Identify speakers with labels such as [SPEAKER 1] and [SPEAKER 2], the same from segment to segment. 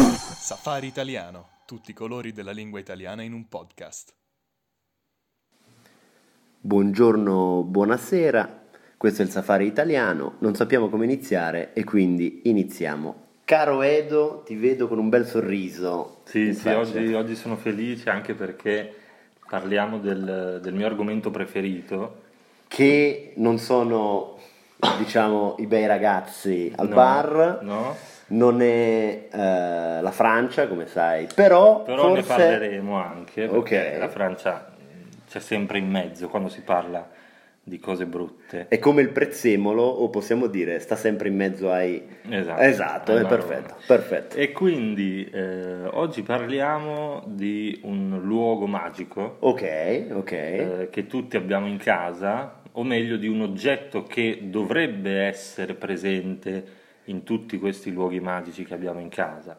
[SPEAKER 1] Safari Italiano, tutti i colori della lingua italiana in un podcast.
[SPEAKER 2] Buongiorno, buonasera, questo è il Safari Italiano, non sappiamo come iniziare e quindi iniziamo. Caro Edo, ti vedo con un bel sorriso.
[SPEAKER 3] Sì,
[SPEAKER 2] in
[SPEAKER 3] sì,
[SPEAKER 2] faccia.
[SPEAKER 3] oggi, oggi sono felice anche perché parliamo del, del mio argomento preferito.
[SPEAKER 2] Che non sono, diciamo, i bei ragazzi al
[SPEAKER 3] No,
[SPEAKER 2] bar,
[SPEAKER 3] No?
[SPEAKER 2] non è eh, la Francia, come sai, però,
[SPEAKER 3] Però ne
[SPEAKER 2] forse...
[SPEAKER 3] parleremo anche perché
[SPEAKER 2] Ok.
[SPEAKER 3] la Francia mh, c'è sempre in mezzo quando si parla di cose brutte.
[SPEAKER 2] È come il prezzemolo, o possiamo dire, sta sempre in mezzo ai...
[SPEAKER 3] Esatto,
[SPEAKER 2] Esatto,
[SPEAKER 3] ai
[SPEAKER 2] è
[SPEAKER 3] marroni.
[SPEAKER 2] perfetto, perfetto.
[SPEAKER 3] E quindi eh, oggi parliamo di un luogo magico
[SPEAKER 2] Ok, ok.
[SPEAKER 3] eh, che tutti abbiamo in casa, o meglio di un oggetto che dovrebbe essere presente in tutti questi luoghi magici che abbiamo in casa.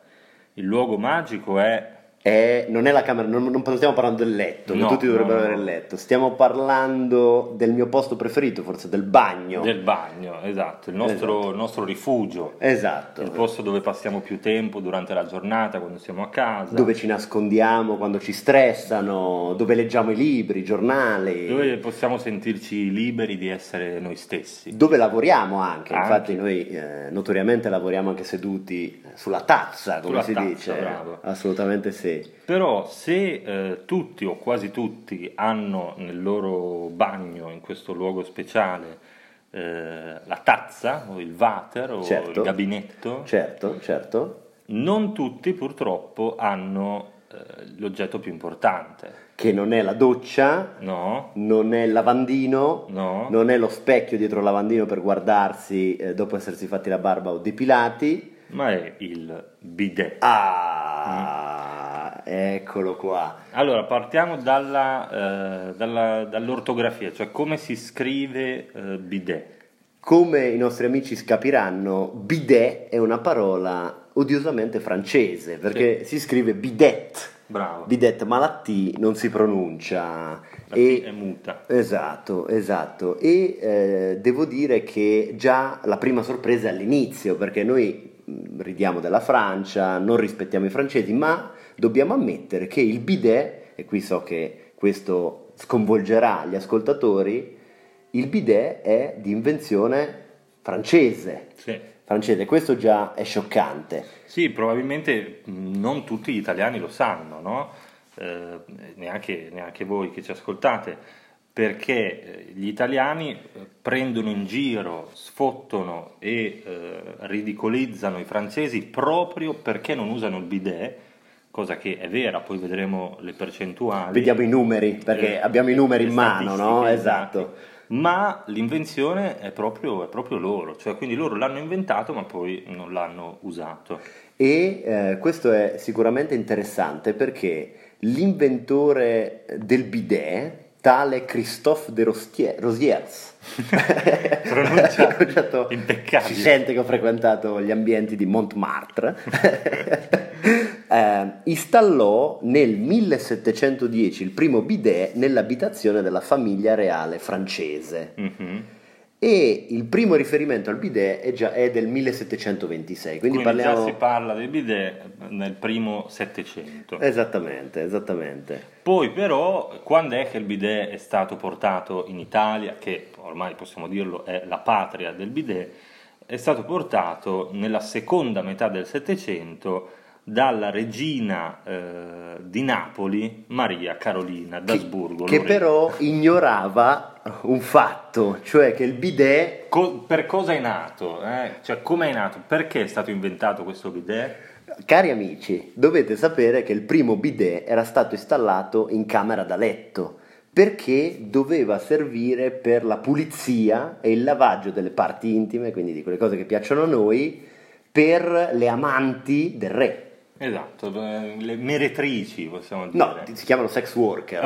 [SPEAKER 3] Il luogo magico è
[SPEAKER 2] È- non è la camera, non, non stiamo parlando del letto, che
[SPEAKER 3] No,
[SPEAKER 2] tutti dovrebbero
[SPEAKER 3] no, no.
[SPEAKER 2] avere il letto, stiamo parlando del mio posto preferito, forse del bagno.
[SPEAKER 3] del bagno, esatto, il nostro,
[SPEAKER 2] Esatto.
[SPEAKER 3] il nostro rifugio,
[SPEAKER 2] Esatto.
[SPEAKER 3] il posto dove passiamo più tempo durante la giornata, quando siamo a casa,
[SPEAKER 2] Dove ci nascondiamo quando ci stressano, dove leggiamo i libri, i giornali,
[SPEAKER 3] dove possiamo sentirci liberi di essere noi stessi.
[SPEAKER 2] dove lavoriamo anche.
[SPEAKER 3] Anche.
[SPEAKER 2] Infatti, noi eh, notoriamente lavoriamo anche seduti eh, sulla tazza, come
[SPEAKER 3] Sulla
[SPEAKER 2] si
[SPEAKER 3] tazza,
[SPEAKER 2] dice.
[SPEAKER 3] bravo.
[SPEAKER 2] Assolutamente sì.
[SPEAKER 3] Però se eh, tutti o quasi tutti hanno nel loro bagno, in questo luogo speciale, eh, la tazza o il water o
[SPEAKER 2] Certo.
[SPEAKER 3] il gabinetto,
[SPEAKER 2] Certo, certo.
[SPEAKER 3] non tutti purtroppo hanno eh, l'oggetto più importante,
[SPEAKER 2] Che non è la doccia,
[SPEAKER 3] no?
[SPEAKER 2] non è il lavandino,
[SPEAKER 3] No?
[SPEAKER 2] non è lo specchio dietro il lavandino per guardarsi eh, dopo essersi fatti la barba o depilati.
[SPEAKER 3] Ma è il bidet.
[SPEAKER 2] Ah, eccolo qua.
[SPEAKER 3] Allora, partiamo dalla, eh, dalla- dall'ortografia, cioè come si scrive eh, bidet.
[SPEAKER 2] Come i nostri amici scapiranno, bidet è una parola odiosamente francese perché si scrive bidet.
[SPEAKER 3] Bravo.
[SPEAKER 2] Bidet, ma la T non si pronuncia.
[SPEAKER 3] La T
[SPEAKER 2] E-
[SPEAKER 3] è muta.
[SPEAKER 2] Esatto, esatto. E eh, devo dire che già la prima sorpresa è all'inizio, perché noi mh, ridiamo della Francia, non rispettiamo i francesi, ma dobbiamo ammettere che il bidet, e qui so che questo sconvolgerà gli ascoltatori, il bidet è di invenzione francese.
[SPEAKER 3] Sì.
[SPEAKER 2] Francese, questo già è scioccante.
[SPEAKER 3] Sì, probabilmente mh, non tutti gli italiani lo sanno, no? Eh, neanche, neanche voi che ci ascoltate, perché eh, gli italiani eh, prendono in giro, sfottono e eh, ridicolizzano i francesi proprio perché non usano il bidet, cosa che è vera, poi vedremo le percentuali.
[SPEAKER 2] Vediamo i numeri, perché
[SPEAKER 3] Eh,
[SPEAKER 2] abbiamo i numeri
[SPEAKER 3] le
[SPEAKER 2] in mano, no?
[SPEAKER 3] statistiche,
[SPEAKER 2] Esatto.
[SPEAKER 3] Ma l'invenzione è proprio, è proprio loro, cioè quindi loro l'hanno inventato ma poi non l'hanno usato.
[SPEAKER 2] E eh, questo è sicuramente interessante perché l'inventore del bidet, tale Christophe de Rostie- Rosiers,
[SPEAKER 3] Pronuncia
[SPEAKER 2] pronunciato-
[SPEAKER 3] impeccabile.
[SPEAKER 2] Si sente che ho frequentato gli ambienti di Montmartre. eh, installò nel 1710 il primo bidet nell'abitazione della famiglia reale francese.
[SPEAKER 3] Mhm.
[SPEAKER 2] E il primo riferimento al bidet è, già, è del 1726, quindi,
[SPEAKER 3] Quindi,
[SPEAKER 2] parliamo...
[SPEAKER 3] già si parla del bidet eh, nel primo Settecento.
[SPEAKER 2] Eh. Esattamente, esattamente.
[SPEAKER 3] Poi però, quando è che il bidet è stato portato in Italia, che ormai possiamo dirlo è la patria del bidet, è stato portato nella seconda metà del Settecento dalla regina eh, di Napoli, Maria Carolina d'Asburgo.
[SPEAKER 2] Che
[SPEAKER 3] Lore-
[SPEAKER 2] però ignorava un fatto, cioè che il bidet
[SPEAKER 3] Co- per cosa è nato? eh? Cioè, come è nato? Perché è stato inventato questo bidet?
[SPEAKER 2] Cari amici, dovete sapere che il primo bidet era stato installato in camera da letto perché doveva servire per la pulizia e il lavaggio delle parti intime, quindi di quelle cose che piacciono a noi, per le amanti del re.
[SPEAKER 3] Esatto, eh, le meretrici possiamo dire.
[SPEAKER 2] No, ti- si chiamano sex worker.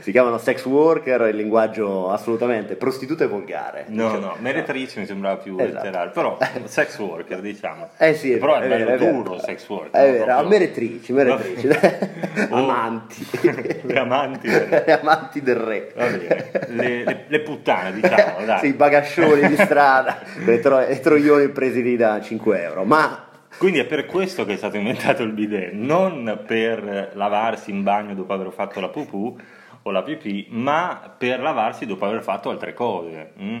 [SPEAKER 2] si chiamano sex worker, il linguaggio assolutamente prostituta e volgare.
[SPEAKER 3] No,
[SPEAKER 2] Cioè,
[SPEAKER 3] no, meretrice mi sembrava più
[SPEAKER 2] Esatto.
[SPEAKER 3] letterale, però sex worker diciamo.
[SPEAKER 2] Eh sì,
[SPEAKER 3] però è,
[SPEAKER 2] vero,
[SPEAKER 3] bello
[SPEAKER 2] vero.
[SPEAKER 3] duro sex worker.
[SPEAKER 2] È
[SPEAKER 3] no?
[SPEAKER 2] vero,
[SPEAKER 3] Proprio-
[SPEAKER 2] meretrici, meretrici.
[SPEAKER 3] Oh.
[SPEAKER 2] amanti.
[SPEAKER 3] le amanti, del-
[SPEAKER 2] Le amanti del re.
[SPEAKER 3] va bene, le, le- le puttane diciamo, dai.
[SPEAKER 2] sì, i bagascioni di strada, le, tro- i troioni presi lì da 5 euro, ma
[SPEAKER 3] Quindi è per questo che è stato inventato il bidet, non per lavarsi in bagno dopo aver fatto la pupù o la pipì, ma per lavarsi dopo aver fatto altre cose. mm?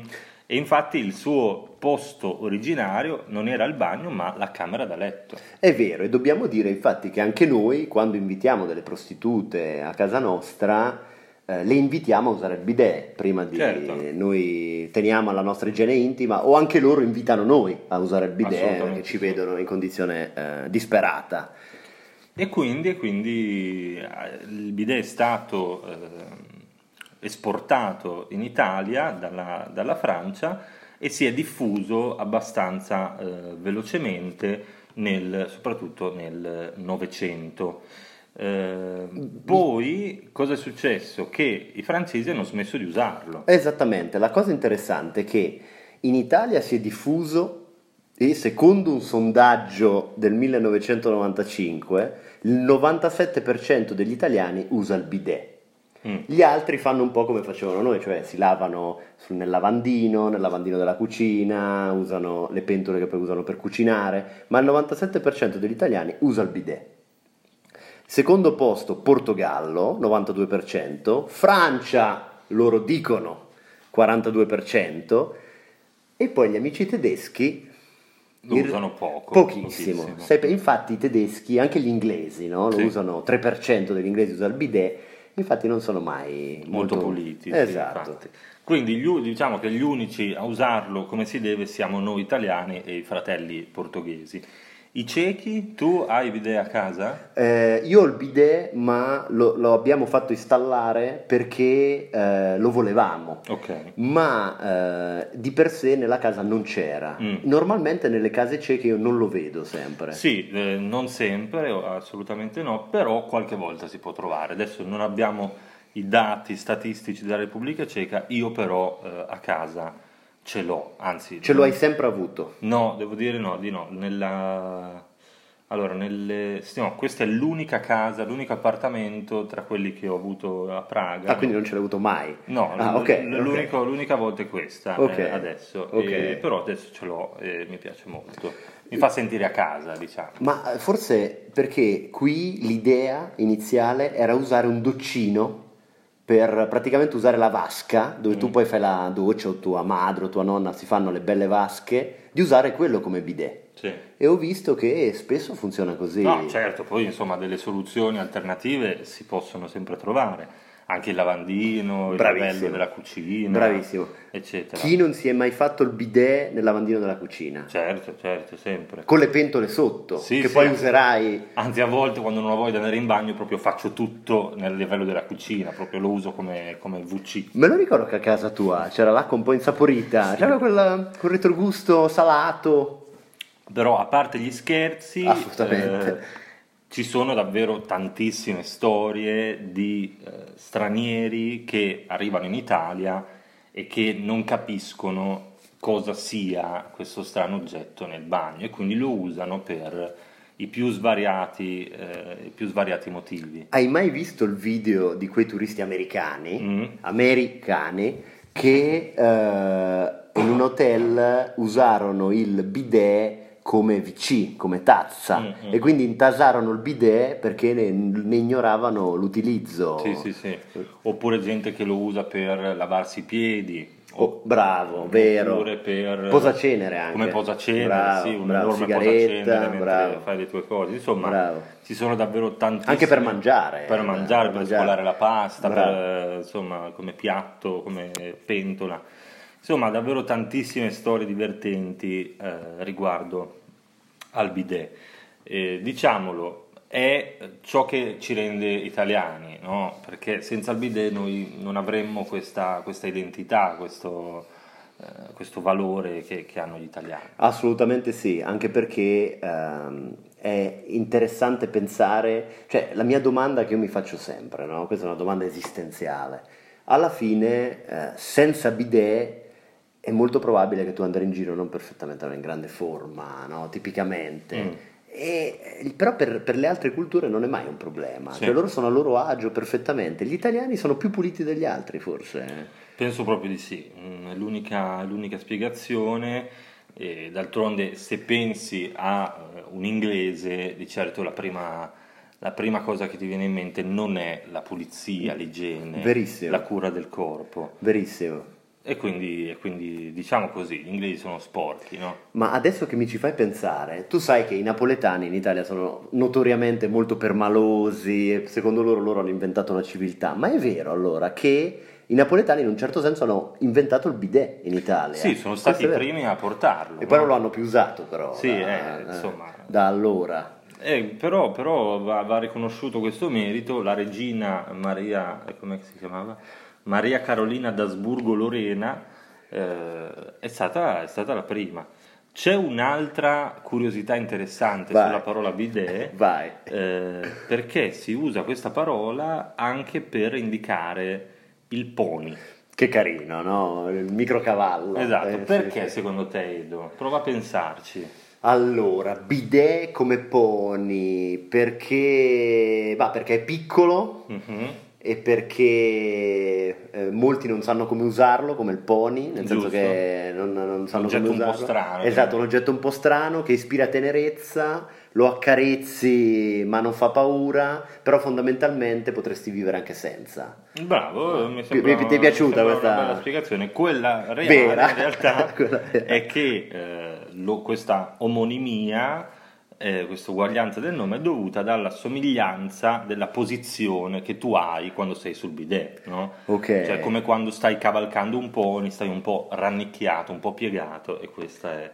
[SPEAKER 3] E infatti il suo posto originario non era il bagno, ma la camera da letto.
[SPEAKER 2] È vero, e dobbiamo dire infatti che anche noi, quando invitiamo delle prostitute a casa nostra, eh, le invitiamo a usare il bidet prima di
[SPEAKER 3] Certo.
[SPEAKER 2] noi teniamo alla nostra igiene intima o anche loro invitano noi a usare il bidet
[SPEAKER 3] Assolutamente
[SPEAKER 2] perché ci
[SPEAKER 3] sì.
[SPEAKER 2] vedono in condizione eh, disperata.
[SPEAKER 3] E quindi, e quindi, eh, il bidet è stato eh, esportato in Italia dalla, dalla Francia e si è diffuso abbastanza eh, velocemente, nel- soprattutto nel Novecento. Eh, poi cosa è successo? Che i francesi hanno smesso di usarlo.
[SPEAKER 2] Esattamente, la cosa interessante è che in Italia si è diffuso e secondo un sondaggio del 1995 il 97% degli italiani usa il bidet.
[SPEAKER 3] Mm.
[SPEAKER 2] Gli altri fanno un po' come facevano noi, cioè si lavano sul- nel lavandino, nel lavandino della cucina, usano le pentole che poi usano per cucinare, ma il 97% degli italiani usa il bidet. Secondo posto Portogallo, 92%, Francia, loro dicono, 42%, e poi gli amici tedeschi
[SPEAKER 3] Lo
[SPEAKER 2] in-
[SPEAKER 3] usano poco.
[SPEAKER 2] Pochissimo.
[SPEAKER 3] pochissimo.
[SPEAKER 2] Sai, infatti i tedeschi, anche gli inglesi, no? lo
[SPEAKER 3] Sì.
[SPEAKER 2] usano, 3% degli inglesi usa il bidet, infatti non sono mai
[SPEAKER 3] molto puliti. sì,
[SPEAKER 2] Esatto.
[SPEAKER 3] infatti. Quindi gli u- diciamo che gli unici a usarlo come si deve siamo noi italiani e i fratelli portoghesi. I cechi, tu hai idee a casa?
[SPEAKER 2] Eh, io ho il bidet, ma lo, lo abbiamo fatto installare perché eh, lo volevamo.
[SPEAKER 3] Ok.
[SPEAKER 2] Ma eh, di per sé nella casa non c'era.
[SPEAKER 3] Mm.
[SPEAKER 2] Normalmente nelle case cieche io non lo vedo sempre.
[SPEAKER 3] Sì, eh, non sempre, o- assolutamente no, però qualche volta si può trovare. Adesso non abbiamo i dati statistici della Repubblica Ceca, io però eh, a casa ce l'ho, anzi
[SPEAKER 2] Ce lo hai sempre avuto.
[SPEAKER 3] No, devo dire no, di no. Nella... Allora, nelle... sì, no, questa è l'unica casa, l'unico appartamento tra quelli che ho avuto a Praga.
[SPEAKER 2] Ah, quindi non ce l'hai avuto mai.
[SPEAKER 3] No,
[SPEAKER 2] Ah,
[SPEAKER 3] l-
[SPEAKER 2] ok,
[SPEAKER 3] l-
[SPEAKER 2] ok.
[SPEAKER 3] l'unico- l'unica volta è questa,
[SPEAKER 2] Ok.
[SPEAKER 3] eh, adesso.
[SPEAKER 2] Ok.
[SPEAKER 3] E- però adesso ce l'ho e mi piace molto. Mi fa sentire a casa, diciamo.
[SPEAKER 2] Ma eh, forse perché qui l'idea iniziale era usare un doccino per praticamente usare la vasca, dove
[SPEAKER 3] Mm.
[SPEAKER 2] tu poi fai la doccia o tua madre o tua nonna si fanno le belle vasche, di usare quello come bidet.
[SPEAKER 3] Sì.
[SPEAKER 2] E ho visto che spesso funziona così.
[SPEAKER 3] No, certo, poi insomma delle soluzioni alternative si possono sempre trovare. Anche il lavandino, il
[SPEAKER 2] Bravissimo.
[SPEAKER 3] lavello della cucina,
[SPEAKER 2] Bravissimo.
[SPEAKER 3] eccetera.
[SPEAKER 2] Chi non si è mai fatto il bidet nel lavandino della cucina?
[SPEAKER 3] Certo, certo, sempre.
[SPEAKER 2] Con le pentole sotto,
[SPEAKER 3] Sì,
[SPEAKER 2] che
[SPEAKER 3] sì.
[SPEAKER 2] poi userai
[SPEAKER 3] Anzi, a volte quando non ho voglia di andare in bagno, proprio faccio tutto nel livello della cucina, proprio lo uso come, come VC.
[SPEAKER 2] Me lo ricordo che a casa tua c'era l'acqua un po' insaporita, c'era quella- quel retrogusto salato.
[SPEAKER 3] Però, a parte gli scherzi, eh,
[SPEAKER 2] Assolutamente.
[SPEAKER 3] ci sono davvero tantissime storie di eh, stranieri che arrivano in Italia e che non capiscono cosa sia questo strano oggetto nel bagno e quindi lo usano per i più svariati, eh, i più svariati motivi.
[SPEAKER 2] Hai mai visto il video di quei turisti americani,
[SPEAKER 3] Mm.
[SPEAKER 2] americani, che eh, in un hotel usarono il bidet come VC, come tazza,
[SPEAKER 3] Mm, mm.
[SPEAKER 2] e quindi intasarono il bidet perché ne, ne ignoravano l'utilizzo.
[SPEAKER 3] Sì, sì, sì. Oppure gente che lo usa per lavarsi i piedi.
[SPEAKER 2] Oh, bravo, vero.
[SPEAKER 3] Oppure per
[SPEAKER 2] Posacenere anche.
[SPEAKER 3] Come posacenere,
[SPEAKER 2] Bravo,
[SPEAKER 3] sì,
[SPEAKER 2] bravo,
[SPEAKER 3] un'enorme
[SPEAKER 2] sigaretta,
[SPEAKER 3] posacenere mentre
[SPEAKER 2] bravo.
[SPEAKER 3] fai le tue cose. Insomma,
[SPEAKER 2] Bravo.
[SPEAKER 3] ci sono davvero tantissime
[SPEAKER 2] Anche per mangiare,
[SPEAKER 3] Per
[SPEAKER 2] eh,
[SPEAKER 3] mangiare,
[SPEAKER 2] per
[SPEAKER 3] per,
[SPEAKER 2] mangiare.
[SPEAKER 3] scolare la pasta,
[SPEAKER 2] Bravo.
[SPEAKER 3] per, eh, insomma, come piatto, come pentola. Insomma, davvero tantissime storie divertenti eh, riguardo al bidet. Eh, diciamolo, è ciò che ci rende italiani, no? perché senza il bidet noi non avremmo questa, questa identità, questo, eh, questo valore che, che hanno gli italiani.
[SPEAKER 2] Assolutamente sì, anche perché ehm, è interessante pensare, cioè la mia domanda che io mi faccio sempre, no? questa è una domanda esistenziale, alla fine eh, senza bidet è molto probabile che tu andrai in giro non perfettamente, non in grande forma, no? tipicamente.
[SPEAKER 3] Mm.
[SPEAKER 2] E, eh, però per, per le altre culture non è mai un problema,
[SPEAKER 3] Sì.
[SPEAKER 2] cioè loro sono a loro agio perfettamente, gli italiani sono più puliti degli altri forse. eh?
[SPEAKER 3] Penso proprio di sì, Mm, è l'unica, l'unica spiegazione. E d'altronde, se pensi a eh, un inglese, di certo la prima, la prima cosa che ti viene in mente non è la pulizia, l'igiene,
[SPEAKER 2] Verissimo.
[SPEAKER 3] la cura del corpo.
[SPEAKER 2] Verissimo.
[SPEAKER 3] E quindi, e quindi, diciamo così, gli inglesi sono sporchi, no?
[SPEAKER 2] Ma adesso che mi ci fai pensare, tu sai che i napoletani in Italia sono notoriamente molto permalosi, e secondo loro loro hanno inventato la civiltà, ma è vero allora che i napoletani in un certo senso hanno inventato il bidet in Italia.
[SPEAKER 3] Sì, sono stati
[SPEAKER 2] eh, Questo è vero.
[SPEAKER 3] i primi a portarlo.
[SPEAKER 2] E poi non
[SPEAKER 3] no?
[SPEAKER 2] lo hanno più usato però.
[SPEAKER 3] Sì,
[SPEAKER 2] da-
[SPEAKER 3] eh, insomma.
[SPEAKER 2] Da allora.
[SPEAKER 3] Eh, però però va, va riconosciuto questo merito, la regina Maria, eh, com'è che si chiamava? Maria Carolina d'Asburgo-Lorena eh, è, stata, è stata la prima. C'è un'altra curiosità interessante
[SPEAKER 2] Vai.
[SPEAKER 3] sulla parola bidet,
[SPEAKER 2] Vai.
[SPEAKER 3] eh, perché si usa questa parola anche per indicare il pony.
[SPEAKER 2] Che carino, no? Il microcavallo.
[SPEAKER 3] Esatto,
[SPEAKER 2] Eh, sì,
[SPEAKER 3] perché
[SPEAKER 2] sì.
[SPEAKER 3] secondo te Edo? Prova a pensarci.
[SPEAKER 2] Allora, bidet come pony, perché... va, perché è piccolo
[SPEAKER 3] Mhm.
[SPEAKER 2] e perché eh, molti non sanno come usarlo, come il pony, nel senso
[SPEAKER 3] Giusto.
[SPEAKER 2] che non, non sanno
[SPEAKER 3] Oggetto
[SPEAKER 2] come
[SPEAKER 3] un po'
[SPEAKER 2] usarlo.
[SPEAKER 3] strano, cioè.
[SPEAKER 2] Esatto,
[SPEAKER 3] quindi.
[SPEAKER 2] un oggetto un po' strano che ispira tenerezza, lo accarezzi ma non fa paura, però fondamentalmente potresti vivere anche senza.
[SPEAKER 3] Bravo, mi
[SPEAKER 2] Pi-
[SPEAKER 3] sembra,
[SPEAKER 2] pi- ti è piaciuta
[SPEAKER 3] mi sembra
[SPEAKER 2] questa-
[SPEAKER 3] una bella spiegazione. Quella reale
[SPEAKER 2] Vera.
[SPEAKER 3] in realtà
[SPEAKER 2] Quella vera.
[SPEAKER 3] è che eh, lo- questa omonimia, eh, questa uguaglianza del nome è dovuta dalla somiglianza della posizione che tu hai quando sei sul bidet, no?
[SPEAKER 2] Ok.
[SPEAKER 3] Cioè come quando stai cavalcando un pony, stai un po' rannicchiato, un po' piegato e questa è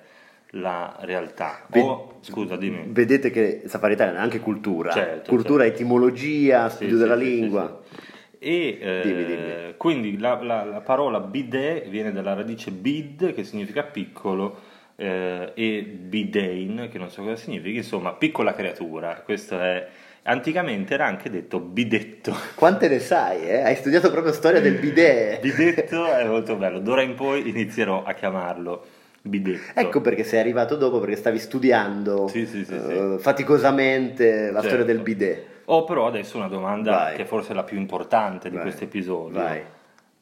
[SPEAKER 3] la realtà.
[SPEAKER 2] Ve-
[SPEAKER 3] Oh, scusa, dimmi.
[SPEAKER 2] Vedete che Safari Italia è anche cultura,
[SPEAKER 3] Certo,
[SPEAKER 2] cultura,
[SPEAKER 3] certo.
[SPEAKER 2] etimologia,
[SPEAKER 3] Sì,
[SPEAKER 2] studio
[SPEAKER 3] sì,
[SPEAKER 2] della
[SPEAKER 3] sì, sì,
[SPEAKER 2] lingua.
[SPEAKER 3] sì. E eh,
[SPEAKER 2] Dimmi, dimmi.
[SPEAKER 3] quindi la, la- la parola bidet viene dalla radice bid, che significa piccolo, eh, e bidain, che non so cosa significhi, insomma, piccola creatura. Questo è. Anticamente era anche detto bidetto.
[SPEAKER 2] Quante ne sai, eh? Hai studiato proprio storia del bidet.
[SPEAKER 3] Bidetto è molto bello. D'ora in poi inizierò a chiamarlo bidetto.
[SPEAKER 2] Ecco perché sei arrivato dopo, perché stavi studiando
[SPEAKER 3] Sì, sì, sì,
[SPEAKER 2] eh, faticosamente la
[SPEAKER 3] Certo.
[SPEAKER 2] storia del bidet.
[SPEAKER 3] Ho però adesso una domanda
[SPEAKER 2] Vai.
[SPEAKER 3] che forse è la più importante di
[SPEAKER 2] Vai.
[SPEAKER 3] questo episodio.
[SPEAKER 2] Vai.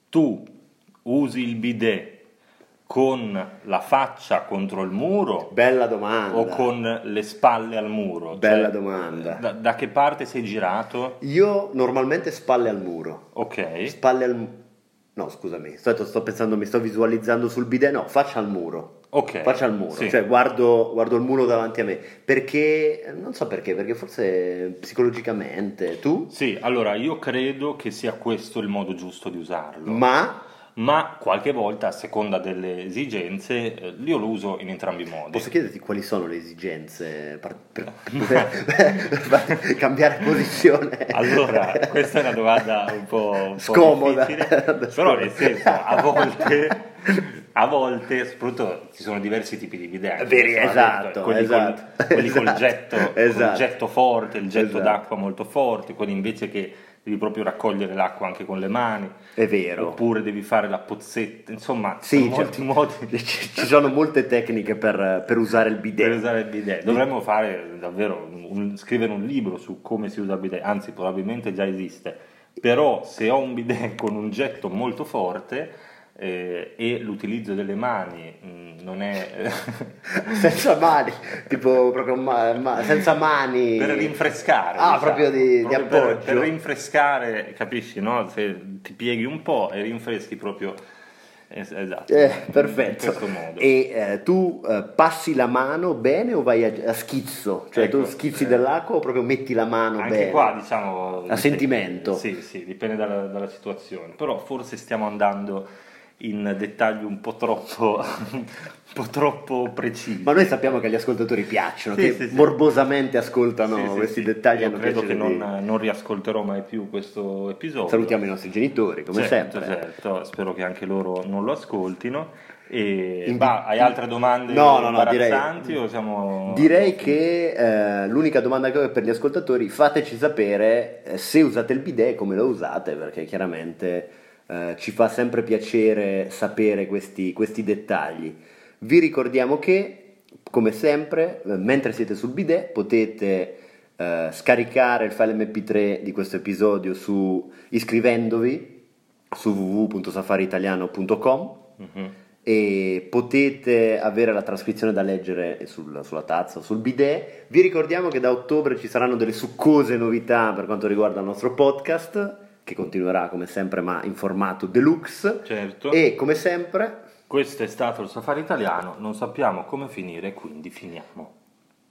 [SPEAKER 3] Tu usi il bidet con la faccia contro il muro
[SPEAKER 2] Bella domanda.
[SPEAKER 3] o con le spalle al muro?
[SPEAKER 2] Bella
[SPEAKER 3] Cioè,
[SPEAKER 2] domanda.
[SPEAKER 3] Da, da che parte sei girato?
[SPEAKER 2] Io normalmente spalle al muro.
[SPEAKER 3] Ok.
[SPEAKER 2] Spalle al mu- No, scusami, sto, sto pensando, mi sto visualizzando sul bidet, no, faccia al muro.
[SPEAKER 3] Ok.
[SPEAKER 2] Faccia al muro,
[SPEAKER 3] Sì.
[SPEAKER 2] cioè guardo, guardo il muro davanti a me. Perché, non so perché, perché forse psicologicamente tu,
[SPEAKER 3] Sì, allora io credo che sia questo il modo giusto di usarlo.
[SPEAKER 2] ma
[SPEAKER 3] Ma qualche volta, a seconda delle esigenze, eh, io lo uso in entrambi i modi.
[SPEAKER 2] Posso chiederti quali sono le esigenze per, per- per far- cambiare posizione?
[SPEAKER 3] Allora, questa è una domanda un po', un po'
[SPEAKER 2] Scomoda.
[SPEAKER 3] difficile, però nel senso, a volte, a volte, soprattutto ci sono diversi tipi di bidet.
[SPEAKER 2] Veri,
[SPEAKER 3] Sono
[SPEAKER 2] esatto,
[SPEAKER 3] detto, quelli
[SPEAKER 2] esatto,
[SPEAKER 3] col, quelli col
[SPEAKER 2] esatto,
[SPEAKER 3] getto, col
[SPEAKER 2] esatto.
[SPEAKER 3] getto forte, il getto
[SPEAKER 2] Esatto.
[SPEAKER 3] d'acqua molto forte, quelli invece che devi proprio raccogliere l'acqua anche con le mani,
[SPEAKER 2] È vero.
[SPEAKER 3] oppure devi fare la pozzetta, insomma, ci
[SPEAKER 2] Sì,
[SPEAKER 3] sono
[SPEAKER 2] cioè,
[SPEAKER 3] molti modi
[SPEAKER 2] ci- Ci sono molte tecniche per, per usare il bidet.
[SPEAKER 3] per usare il bidet. Dovremmo fare davvero un- scrivere un libro su come si usa il bidet, anzi probabilmente già esiste. Però se ho un bidet con un getto molto forte eh, e l'utilizzo delle mani mh, non è
[SPEAKER 2] Senza mani, tipo proprio ma- ma- senza mani.
[SPEAKER 3] per rinfrescare.
[SPEAKER 2] Ah,
[SPEAKER 3] diciamo,
[SPEAKER 2] proprio di, di
[SPEAKER 3] proprio per-
[SPEAKER 2] appoggio.
[SPEAKER 3] Per, rinfrescare, capisci, no? Se ti pieghi un po' e rinfreschi proprio es- esatto.
[SPEAKER 2] Eh,
[SPEAKER 3] In
[SPEAKER 2] perfetto.
[SPEAKER 3] questo modo.
[SPEAKER 2] E eh, tu eh, passi la mano bene o vai a, a schizzo? Cioè
[SPEAKER 3] Ecco,
[SPEAKER 2] tu schizzi
[SPEAKER 3] eh,
[SPEAKER 2] dell'acqua o proprio metti la mano
[SPEAKER 3] Anche
[SPEAKER 2] bene?
[SPEAKER 3] qua diciamo... dipende.
[SPEAKER 2] sentimento.
[SPEAKER 3] Sì, sì, dipende dalla, dalla situazione, però forse stiamo andando in dettagli un po' troppo, un po' troppo precisi.
[SPEAKER 2] Ma noi sappiamo che agli ascoltatori piacciono,
[SPEAKER 3] Sì,
[SPEAKER 2] che
[SPEAKER 3] sì, sì.
[SPEAKER 2] morbosamente ascoltano
[SPEAKER 3] Sì, sì,
[SPEAKER 2] questi
[SPEAKER 3] sì.
[SPEAKER 2] dettagli.
[SPEAKER 3] Io
[SPEAKER 2] hanno
[SPEAKER 3] credo che
[SPEAKER 2] piacere
[SPEAKER 3] non,
[SPEAKER 2] di-
[SPEAKER 3] non riascolterò mai più questo episodio.
[SPEAKER 2] Salutiamo i nostri genitori, come
[SPEAKER 3] Certo,
[SPEAKER 2] sempre.
[SPEAKER 3] certo, spero che anche loro non lo ascoltino. E,
[SPEAKER 2] In-
[SPEAKER 3] bah, hai altre domande
[SPEAKER 2] No, no, no, direi,
[SPEAKER 3] imbarazzanti o siamo-
[SPEAKER 2] direi che eh, l'unica domanda che ho è per gli ascoltatori, fateci sapere eh, se usate il bidet e come lo usate, perché chiaramente eh, ci fa sempre piacere sapere questi, questi dettagli. Vi ricordiamo che, come sempre, eh, mentre siete sul bidet potete eh, scaricare il file mp3 di questo episodio su, iscrivendovi su www.safariitaliano.com
[SPEAKER 3] Mhm.
[SPEAKER 2] e potete avere la trascrizione da leggere sul- sulla tazza o sul bidet. Vi ricordiamo che da ottobre ci saranno delle succose novità per quanto riguarda il nostro podcast, che continuerà come sempre ma in formato deluxe.
[SPEAKER 3] Certo.
[SPEAKER 2] E come sempre
[SPEAKER 3] Questo è stato il safari italiano, non sappiamo come finire, quindi finiamo.